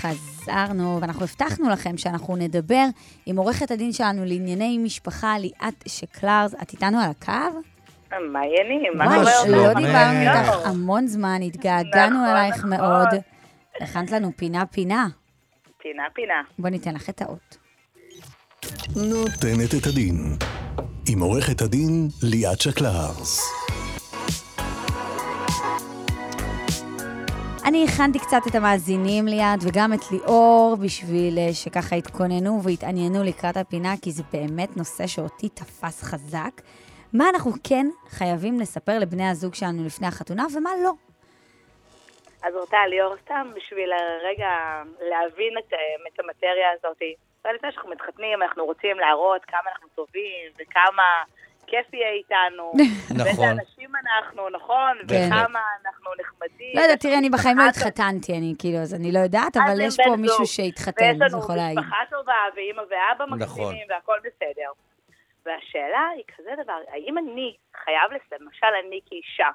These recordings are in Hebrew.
חזרנו, ואנחנו הבטחנו לכם שאנחנו נדבר עם עורכת הדין שלנו לענייני משפחה, ליאת שקלרז. את איתנו על הקו? מה העניינים? מה וואי, קורה? לא אותך? דיברנו לא. איתך המון זמן, התגעגענו נכון, אלייך נכון. מאוד. הכנת לנו פינה-פינה. פינה פינה. בוא ניתן לך את האות. נותנת את הדין, עם עורכת הדין ליאת שקלרס. אני הכנתי קצת את המאזינים ליד, וגם את ליאור, בשביל אה, שככה יתכוננו ויתעניינו לקראת הפינה, כי זה באמת נושא שאותי תפס חזק. מה אנחנו כן חייבים לספר לבני הזוג שלנו לפני החתונה, ומה לא. אז הורתה ליאור סתם בשביל רגע להבין את, אה, את המטריה הזאת. ולפני שאנחנו מתחתנים, אנחנו רוצים להראות כמה אנחנו טובים, וכמה כיף יהיה איתנו. ואיזה נכון. אנשים אנחנו, נכון? כן. וכמה אנחנו נחמדים. לא יודעת, תראי, אני בחיים לא משפחה התחתנתי, אני כאילו, אז אני לא יודעת, אז אבל עם יש בן פה זוג. מישהו שהתחתן, ויש זה לנו יכול להעיד. משפחה טובה, ואימא ואבא נכון. מקסימים, והכל בסדר. והשאלה היא כזה דבר, האם אני חייב, לס- למשל אני כאישה,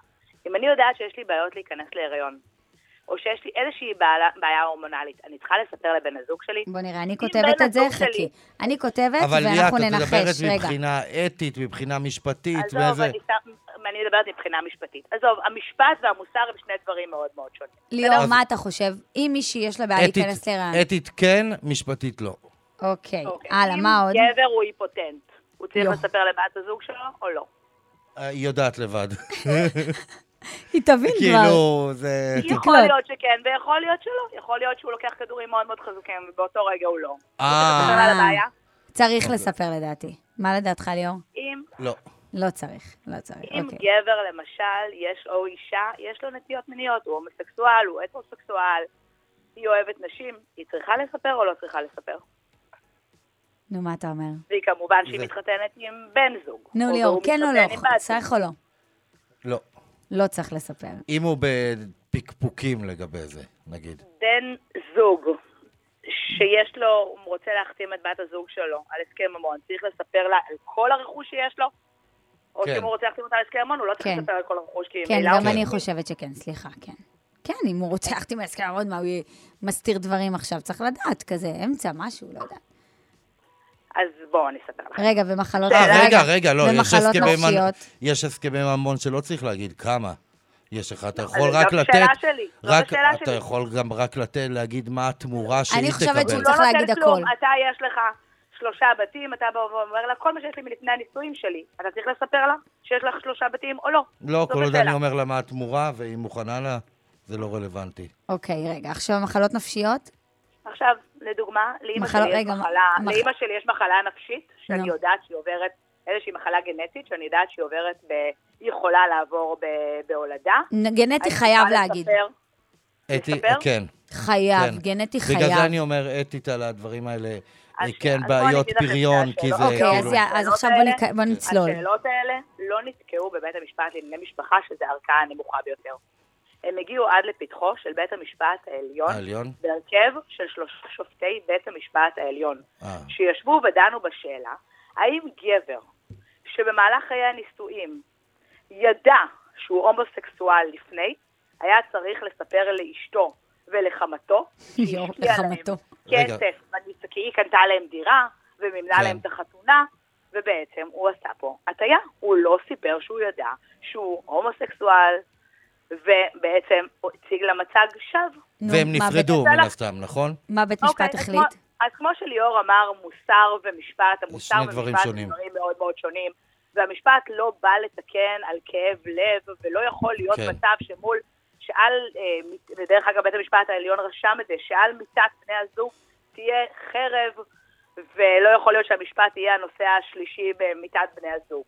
אם אני יודעת שיש לי בעיות להיכנס להיריון, או שיש לי איזושהי בעלה, בעיה הורמונלית, אני צריכה לספר לבן הזוג שלי? בוא נראה, אני אם כותבת בן את זה, הזוג חכי. שלי- אני כותבת, אבל ליאת, ואנחנו את מדברת ננחש. רגע. מבחינה אתית, מבחינה משפטית, עזוב, וזה. אני, שם- אני מדברת מבחינה משפטית. עזוב, המשפט והמוסר הם שני דברים מאוד מאוד שונים. ליאור, אז- מה אתה חושב? אם מישהי יש לה בעיה אתית- להיכנס להיריון. אתית כן, משפטית לא. אוקיי, אוקיי. הלאה, מה עוד? אם גבר הוא היפוטנט, הוא צריך יו. לספר לבת הזוג שלו או לא? אה, היא יודעת לבד. היא תבין כבר. כאילו, זה... יכול תקלוט. להיות שכן ויכול להיות שלא. יכול להיות שהוא לוקח כדורים מאוד מאוד חזקים, ובאותו רגע הוא לא. אה, אבל על הבעיה? צריך לספר לדעתי. מה לדעתך, ליאור? אם, לא. לא צריך, לא צריך, אם אוקיי. גבר למשל, יש או אישה, יש לו נטיות מיניות, הוא הומוסקסואל, הוא הטרוסקסואל, היא אוהבת נשים, היא צריכה לספר או לא צריכה לספר? נו, מה אתה אומר? והיא כמובן שהיא זה- מתחתנת עם בן זוג. נו, או ליאור, והוא כן או מתחתן עם לא? בת זוג. צריך או לא? לא. לא צריך לספר. אם הוא בפקפוקים לגבי זה, נגיד. בן זוג שיש לו, הוא רוצה להחתים את בת הזוג שלו על הסכם ממון, צריך לספר לה על כל הרכוש שיש לו? או כן. שאם הוא רוצה להחתים אותה על הסכם ממון, הוא לא צריך כן. לספר על כל הרכוש, כי לא כן, ממילא גם הוא- אני חושבת שכן, סליחה, כן. כן, אם הוא רוצה להחתים על הסכם עוד מה, הוא יהיה- מסתיר דברים עכשיו, צריך לדעת, כזה אמצע, משהו, לא יודעת. אז בואו, אני אספר לך. רגע, ומחלות... אה, רגע, רגע, לא, יש ומחלות הסכמי מנ- נפשיות. יש הסכמי ממון שלא צריך להגיד כמה. יש לך, אתה אז יכול זאת רק לתת... השאלה שלי, זאת רק- השאלה אתה שלי. יכול גם רק לתת, להגיד מה התמורה שהיא תקבל. אני חושבת שהוא הוא לא צריך להגיד נותן כלום, הכל. אתה יש לך שלושה בתים, אתה בא ואומר לה, כל מה שיש לי מלפני הנישואים שלי, אתה צריך לספר לה שיש לך שלושה בתים או לא? לא, זאת כל עוד השאלה. אני אומר לה מה התמורה, והיא מוכנה לה, זה לא רלוונטי. אוקיי, רגע, עכשיו מחלות נפשיות? עכשיו, לדוגמה, לאימא מחלה- שלי, יש רגע, מחלה- מח- לאימא שלי יש מחלה נפשית, נו. שאני יודעת שהיא עוברת, איזושהי מחלה גנטית, שאני יודעת שהיא עוברת, ב... היא יכולה לעבור ב... בהולדה. נ- גנטי אני חייב צריכה להגיד. לספר- אתי, לספר? כן. חייב, כן. גנטי בגלל זה חייב. אני אומר אתית על הדברים האלה. אז- כן, אז בוא אני בעיות אגיד לכם פריון, שהשאלות- כי זה אוקיי, אז כאילו... כן. יא- אז השאלות עכשיו בוא האלה- ניק- בוא נצלול. השאלות האלה לא נתקעו בבית המשפט לענייני משפחה, שזה הערכאה הנמוכה ביותר. הם הגיעו עד לפתחו של בית המשפט העליון, העליון? בהרכב של שלושה שופטי בית המשפט העליון, אה. שישבו ודנו בשאלה האם גבר שבמהלך חיי הנישואים ידע שהוא הומוסקסואל לפני, היה צריך לספר לאשתו ולחמתו, כן, כי היא יואו, השקיעה להם לחמתו. רגע. כסף, בניס- כי היא קנתה להם דירה ומימנה כן. להם את החתונה, ובעצם הוא עשה פה הטעיה. הוא לא סיפר שהוא ידע שהוא הומוסקסואל, ובעצם הוא הציג לה מצג שווא. נו, והם מה בית- נפרדו יצא מן לך? הסתם, נכון? מה בית אוקיי, משפט אז החליט? כמו- אז כמו שליאור אמר, מוסר ומשפט, המוסר שני דברים ומשפט שונים. הם דברים מאוד מאוד שונים, והמשפט לא בא לתקן על כאב לב, ולא יכול להיות כן. מצב שמול, שעל, אה, מ- ודרך אגב בית המשפט העליון רשם את זה, שעל מיטת בני הזוג תהיה חרב, ולא יכול להיות שהמשפט יהיה הנושא השלישי במיטת בני הזוג.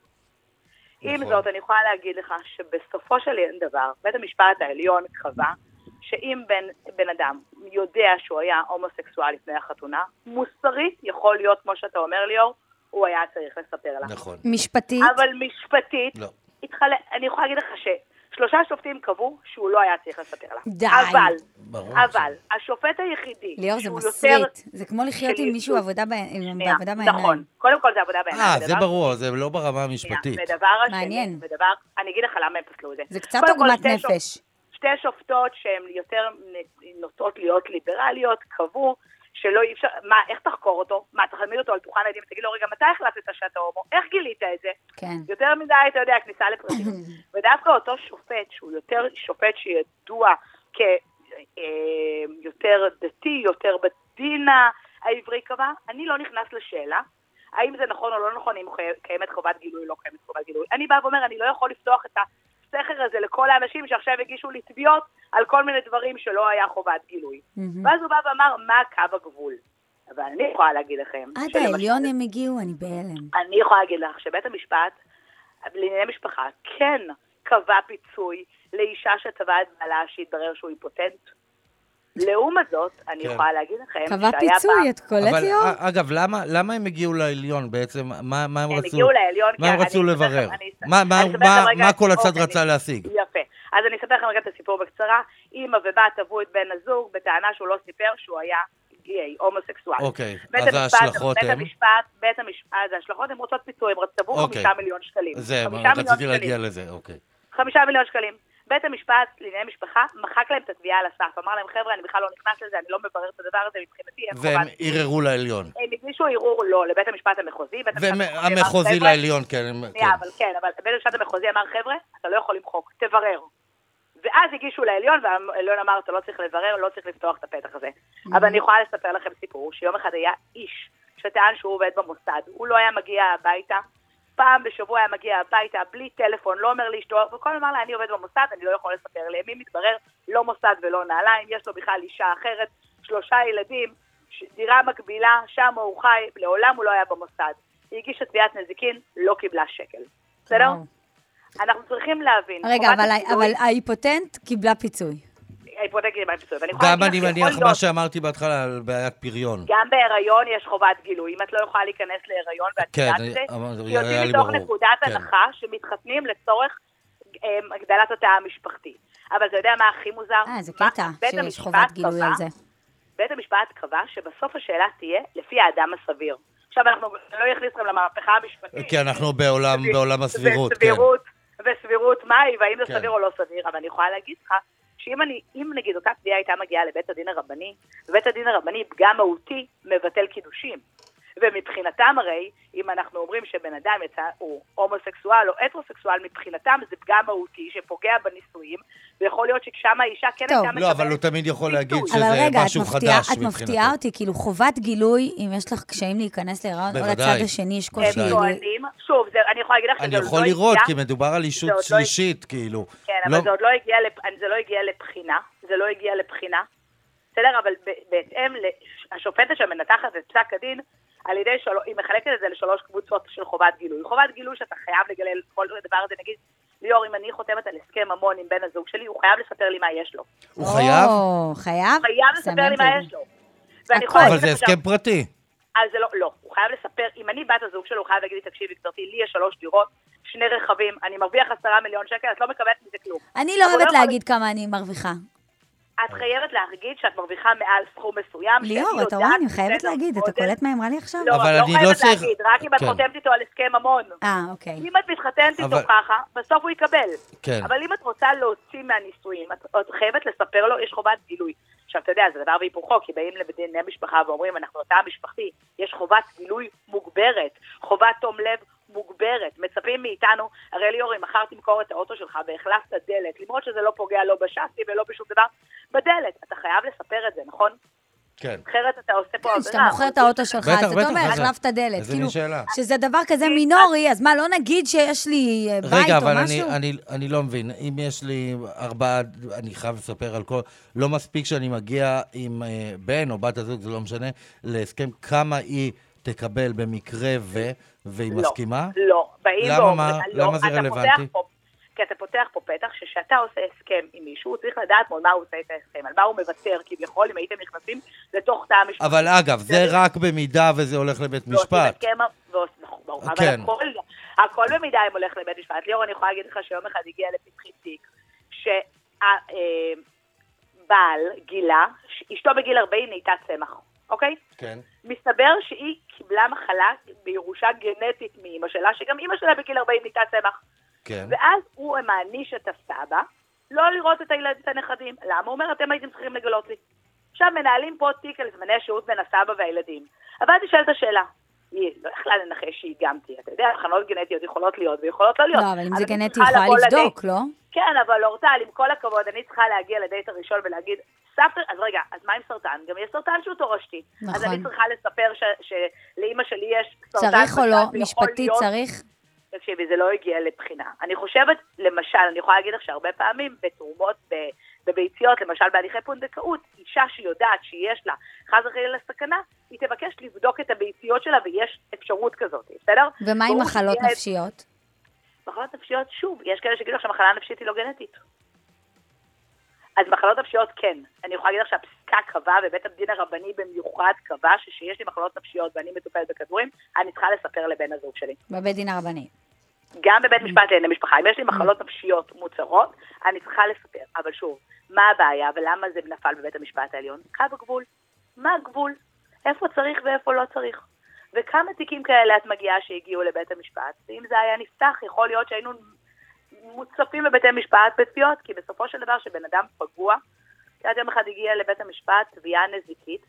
עם נכון. זאת, אני יכולה להגיד לך שבסופו של דבר, בית המשפט העליון קבע שאם בן, בן אדם יודע שהוא היה הומוסקסואל לפני החתונה, מוסרית יכול להיות, כמו שאתה אומר ליאור, הוא היה צריך לספר לה. נכון. משפטית? אבל משפטית, לא. התחלה, אני יכולה להגיד לך ששלושה שופטים קבעו שהוא לא היה צריך לספר לה. די. אבל, ברור אבל, השופט היחידי, ליאור, זה שהוא מסריט. יותר... זה כמו לחיות עם שלי- מישהו עבודה בעי- עם- שנייה, בעבודה בעיניים. נכון, קודם כל זה כן, עבודה בעיניים. אה, זה ודבר ברור, זה לא ברמה המשפטית. שנייה, ודבר השני, מעניין. ודבר, אני אגיד לך למה הם פסלו את זה. לא- זה קצת קודם כל, עוגמת שתי שופ- נפש. שתי שתי שופטות שהן יותר נוטות להיות ליברליות, קבעו שלא אי אפשר, מה, איך תחקור אותו? מה, תחמיד אותו על דוכן העדים, תגיד לו, רגע, מתי החלטת שאתה הומו? איך גילית את זה? כן. יותר מדי, אתה יודע, כניסה לפרטים. ודווקא אותו שופט, שהוא יותר שופט שידוע כ... אה, יותר דתי, יותר בדין העברי קבע, אני לא נכנס לשאלה. האם זה נכון או לא נכון, אם חי- קיימת חובת גילוי או לא קיימת חובת גילוי. אני באה ואומר, אני לא יכול לפתוח את הסכר הזה לכל האנשים שעכשיו הגישו לי תביעות על כל מיני דברים שלא היה חובת גילוי. מהמם. ואז הוא בא ואמר, מה קו הגבול? אבל אני יכולה להגיד לכם... עד שלמשל- העליון הם הגיעו, אני בהלם. אני יכולה להגיד לך שבית המשפט לענייני משפחה כן קבע פיצוי לאישה שטבעה את בעלה שהתברר שהוא היפוטנט. לעומת זאת, אני כן. יכולה להגיד לכם קבע שהיה פעם... פיצוי, את קולט אבל ליאור? א- אגב, למה, למה הם הגיעו לעליון בעצם? מה, מה הם, הם רצו? הגיעו לעליון, מה הם כי- רצו אני אספר לברר? לכם- אני אס- מה, מה, אני אספר מה, לכם רגע אוקיי. מה את כל הצד הסיפור, רצה אני- להשיג? יפה. אז אני אספר לכם רגע את הסיפור בקצרה. אימא ובת תבעו את בן הזוג בטענה שהוא לא סיפר שהוא היה גיי, הומוסקסואל. אוקיי, בית אז המשפט- ההשלכות בית הן? המשפט, בית המשפט, אז ההשלכות הן רוצות פיצוי, הם תבעו אוקיי. חמישה מיליון שקלים. זה, חמישה מיליון רציתי שקלים. כן, להגיע לזה, אוקיי. חמישה מיליון שקלים. בית המשפט לענייני משפחה מחק להם את התביעה על הסף. אמר להם, חבר'ה, אני בכלל לא נכנס לזה, אני לא מברר את הדבר הזה, מבחינתי אין והם חובה. ערערו לעליון. הם הגישו ערעור לא לבית המשפט המחוזי. בית המשפט המחוזי אמר, והמחוזי "חבר'ה, לעליון, כן. הם- שנייה, כן. אבל כן, אבל בית המשפט המחוזי אמר, חבר'ה, אתה לא יכול למחוק, תברר. ואז הגישו לעליון, והעליון אמר, אתה לא צריך לברר, לא צריך לפתוח את הפתח הזה. Mm-hmm. אבל אני יכולה לספר לכם סיפור, שיום אחד היה איש שטען שהוא עובד במוסד, הוא לא היה מגיע הביתה, פעם בשבוע היה מגיע הביתה, בלי טלפון, לא אומר לאשתו, וכל הזמן אמר לה, אני עובד במוסד, אני לא יכול לספר לימים מתברר, לא מוסד ולא נעליים, יש לו בכלל אישה אחרת, שלושה ילדים, ש- דירה מקבילה, שם הוא חי, לעולם הוא לא היה במוסד. היא הגישה תביעת נזיקין, לא קיבלה שקל. בסדר? וואו. אנחנו צריכים להבין. רגע, חובת אבל ה- הפיצוי- אבל ההיפוטנט קיבלה פיצוי. ההיפותקה היא מהפיצוי, ואני יכולה גם להגיד לך אני מניח שיכול מה להיות- שאמרתי בהתחלה על בעיית פריון. גם בהיריון יש חובת גילוי. אם את לא יכולה להיכנס להיריון ואת כן, יודעת אני- את זה, אבל זה היה יוצאים לי מתוך ברור. נקודת כן. הנחה שמתחתנים לצורך אמ, הגדלת התא המשפחתי. אבל אתה יודע מה הכי מוזר? אה, זה מה- קטע בית שיש המשפט חובת גילוי קבע- על זה. בית המשפט קבע שבסוף השאלה תהיה לפי האדם הסביר. עכשיו אנחנו לא יכניס אתכם למהפכה המשפטית. כי אנחנו בעולם- בעולם הסבירות, כן. וסבירות, וסבירות מהי, והאם זה כן. סביר או לא סביר, אבל אני יכולה להגיד לך שאם אני, אם נגיד אותה תביעה הייתה מגיעה לבית הדין הרבני, בית הדין הרבני, פגם מהותי, מבטל קידושים. ומבחינתם הרי, אם אנחנו אומרים שבן אדם יצא, הוא הומוסקסואל או הטרוסקסואל, מבחינתם זה פגם מהותי שפוגע בנישואים, ויכול להיות ששם האישה כן טוב. הייתה מקבלת... לא, אבל הוא תמיד יכול להגיד פיצוי. אבל שזה רגע, את משהו מפתיעה- חדש את מפתיעה מבחינתו. אותי, כאילו חובת גילוי, אם יש לך קשיים להיכנס להיריון, או בוודאי. לצד השני יש קושי. הם בוודאי. ל- טוענים, שוב, זה, אני יכולה להגיד לך אני שזה עוד יכול לא לראות, הגיע- כי מדובר על אישות עוד לא- שלישית, כאילו. כן, לא- אבל זה עוד לא הגיע, לפ... זה לא הגיע לבחינה, זה לא הגיע לבחינה, בסדר? אבל ב... בהתאם, ל- השופטת שמנתחת את פסק הדין, על ידי של... היא מחלקת את זה לשלוש קבוצות של חובת גילוי. חובת גילוי שאתה חייב לגלל כל הדבר הזה, נגיד, ליאור, אם אני חותמת על הסכם ממון עם בן הזוג שלי, הוא חייב לספר לי מה יש לו. הוא הוא או, חייב? חייב? חייב לספר לי מה סמנתי. יש לו. ואני הכל. יכולה אבל להגיד זה לך גם- הסכם פרטי. אז זה לא, לא, הוא חייב לספר, אם אני בת הזוג שלו, הוא חייב להגיד לי, תקשיבי, גברתי, לי יש שלוש דירות, שני רכבים, אני מרוויח עשרה מיליון שקל, את לא מקבלת מזה כלום. אני לא אבל אוהבת יכול- להגיד כמה אני מרוויחה. את חייבת להגיד שאת מרוויחה מעל סכום מסוים, שאני ליאור, אתה יודעת רואה, אני שזה חייבת לא להגיד, אתה גודל- קולט מה היא אמרה לי עכשיו? לא, אבל את לא אני לא חייבת צריך- להגיד, רק אם את כן. חותמת איתו על הסכם ממון. אה, אוקיי. אם את מתחתנת איתו אבל- ככה, בסוף הוא יקבל. כן. אבל אם את רוצה להוציא מהנישואים, את, את חייבת לספר לו, יש חובת גילוי. עכשיו, אתה יודע, זה דבר והיפוכו, כי באים לבדיני משפחה ואומרים, אנחנו התא המשפחתי, יש חובת גילוי מוגברת, חובת תום לב מוגברת. מצפים מאיתנו, הרי ליאור, אם מחר תמכור את האוטו שלך והחלפת דלת, למרות שזה לא פוגע לא בשאסי ולא בשום דבר, בדלת. אתה חייב לספר את זה, נכון? כן. אחרת אתה עושה פה לא, כן, עבירה. שאתה מוכר את האוטו שלך, בטח, אז אתה בטח, אומר, אז- החלפת דלת. אז כאילו, הנה שאלה. שזה דבר כזה מינורי, אז מה, לא נגיד שיש לי אה, בית רגע, או אבל אני, משהו? אני, אני לא מבין. אם יש לי ארבעה, אני חייב לספר על כל... לא מספיק שאני מגיע עם אה, בן או בת הזוג, זה לא משנה, להסכם כמה היא תקבל במקרה ו... והיא לא, מסכימה? לא, באים למה ואומרים, מה? לא, למה זה אתה פותח רלוונטי? פה- כי אתה פותח פה פתח שכשאתה עושה הסכם עם מישהו, הוא צריך לדעת מול מה הוא עושה את ההסכם, על מה הוא מוותר, כביכול, אם הייתם נכנסים לתוך תא המשפט. אבל אגב, זה רק במידה וזה הולך לבית לא, משפט. כן. כן. אבל הכל- הכל במידה אם הולך לבית משפט. ליאור, אני יכולה להגיד לך שיום אחד הגיע לפתחי תיק, שהבעל גילה, ש- אשתו בגיל 40 נהייתה צמח, אוקיי? כן. מסתבר שהיא קיבלה מחלה בירושה גנטית מאימא שלה, שגם אימא שלה בגיל 40 נהייתה צמח. כן. ואז הוא מעניש את הסבא, לא לראות את הילד, את הנכדים. למה? הוא אומר, אתם הייתם צריכים לגלות לי. עכשיו מנהלים פה תיק על זמני שהות בין הסבא והילדים. אבל תשאל את השאלה. היא לא יכלה לנחש שהיא גם תהיה. אתה יודע, הכנות גנטיות יכולות להיות ויכולות לא להיות. לא, אבל אם אז זה אני גנטי, צריכה יכולה לבוא לדייט. לבדוק, לא? כן, אבל אורטל, עם כל הכבוד, אני צריכה להגיע לדייט הראשון ולהגיד, סבתא, אז רגע, אז מה עם סרטן? גם יש סרטן שהוא תורשתי. אז נכון. אני צריכה לספר ש- שלאימא שלי יש סרטן. צריך או ויכול לא? משפטית להיות- צריך? תקשיבי, זה לא הגיע לבחינה. אני חושבת, למשל, אני יכולה להגיד לך שהרבה פעמים בתרומות ב- בביציות, למשל בהליכי פונדקאות, אישה שיודעת שיש לה חס וחלילה סכנה, היא תבקש לבדוק את הביציות שלה ויש אפשרות כזאת, בסדר? ומה עם ברור מחלות שתהיה- נפשיות? מחלות נפשיות, שוב, יש כאלה שיגידו לך שמחלה נפשית היא לא גנטית. אז מחלות נפשיות כן. אני יכולה להגיד לך שהפסיקה קבעה, ובית הדין הרבני במיוחד קבע שכשיש לי מחלות נפשיות ואני מטופלת בכדורים, אני צריכה לספר לבן הזוג שלי. בבית דין הרבני. גם בבית משפט לענייני משפחה, אם יש לי מחלות נפשיות מוצהרות, אני צריכה לספר. אבל שוב, מה הבעיה ולמה זה נפל בבית המשפט העליון? קו הגבול. מה הגבול? איפה צריך ואיפה לא צריך. וכמה תיקים כאלה את מגיעה שהגיעו לבית המשפט, ואם זה היה נפתח, יכול להיות שהיינו מוצפים בבתי משפט בתביעות, כי בסופו של דבר כשבן אדם פגוע, את יודעת, יום אחד הגיע לבית המשפט תביעה נזיקית,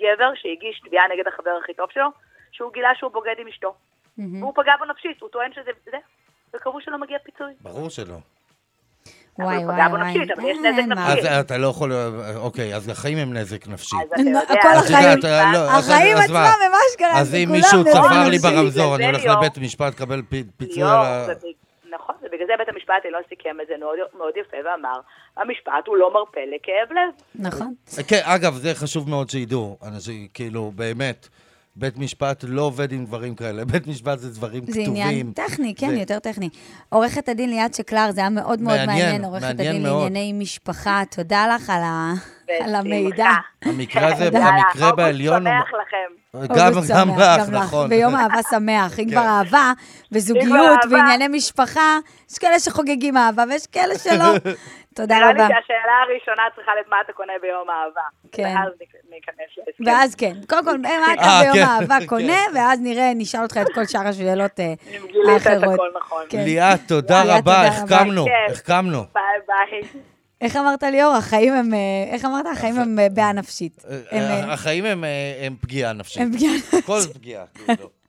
גבר שהגיש תביעה נגד החבר הכי טוב שלו, שהוא גילה שהוא בוגד עם אשתו. מהמם. והוא פגע בו נפשית, הוא טוען שזה... זה, וקבעו שלא מגיע פיצוי. ברור שלא. אבל וואי, הוא וואי, פגע בו וואי. נפשית, אבל יש אה, נזק מה? נפשי. אז אתה לא יכול... אוקיי, אז החיים הם נזק נפשי. אז אתה יודע... הכל את יודעת, החיים- אה, לא, אז- החיים אז מה? עצמם הם אשכרה, אז זה אם כולם מישהו נזק צבר לי נפשי. ברמזור, אני זה לא. הולך ליאור. לבית משפט לקבל פי- פיצוי ליאור, על ה... ובג- נכון, ובגלל זה בית המשפט לא סיכם את זה מאוד- מאוד יפה ואמר, המשפט הוא לא מרפה לכאב לב. נכון. כן, אגב, זה חשוב מאוד שידעו, אנשים, כאילו, באמת, בית משפט לא עובד עם דברים כאלה, בית משפט זה דברים זה כתובים. עניין טכני, כן, זה- יותר טכני. עורכת הדין ליאת שקלר, זה היה מאוד מאוד מעניין, מעניין, עורכת מעניין הדין מאוד. לענייני משפחה, תודה לך על ה- על בשמחה. המידע. המקרה הזה, יאללה, המקרה אוגוסט בעליון... הוא- שמח לכם. גם אוגוסט גם שמח, לך, נכון. ביום אהבה שמח, אם כן. כבר אהבה אם וזוגיות כבר אהבה. וענייני משפחה, יש כאלה שחוגגים אהבה ויש כאלה שלא. תודה נראה לי רבה. שהשאלה הראשונה צריכה להיות מה אתה קונה ביום האהבה. כן. ואז ניכ- ניכנס להסכם. ואז כן, קודם כל, מה אתה אה, ביום כן. האהבה כן. קונה, ואז נראה, נשאל אותך את כל שאר השאלות אה, אם גילית את האחרות. הכל נכון. כן. ליאת, תודה ליאת, רבה, תודה רבה. החכמנו, כן. החכמנו. ביי ביי. איך אמרת ליאור? החיים הם, אה, איך אמרת? החיים הם אה, בעיה נפשית. הם, אה, אה, החיים הם, אה, הם פגיעה נפשית. הם פגיעה כל פגיעה, כאילו.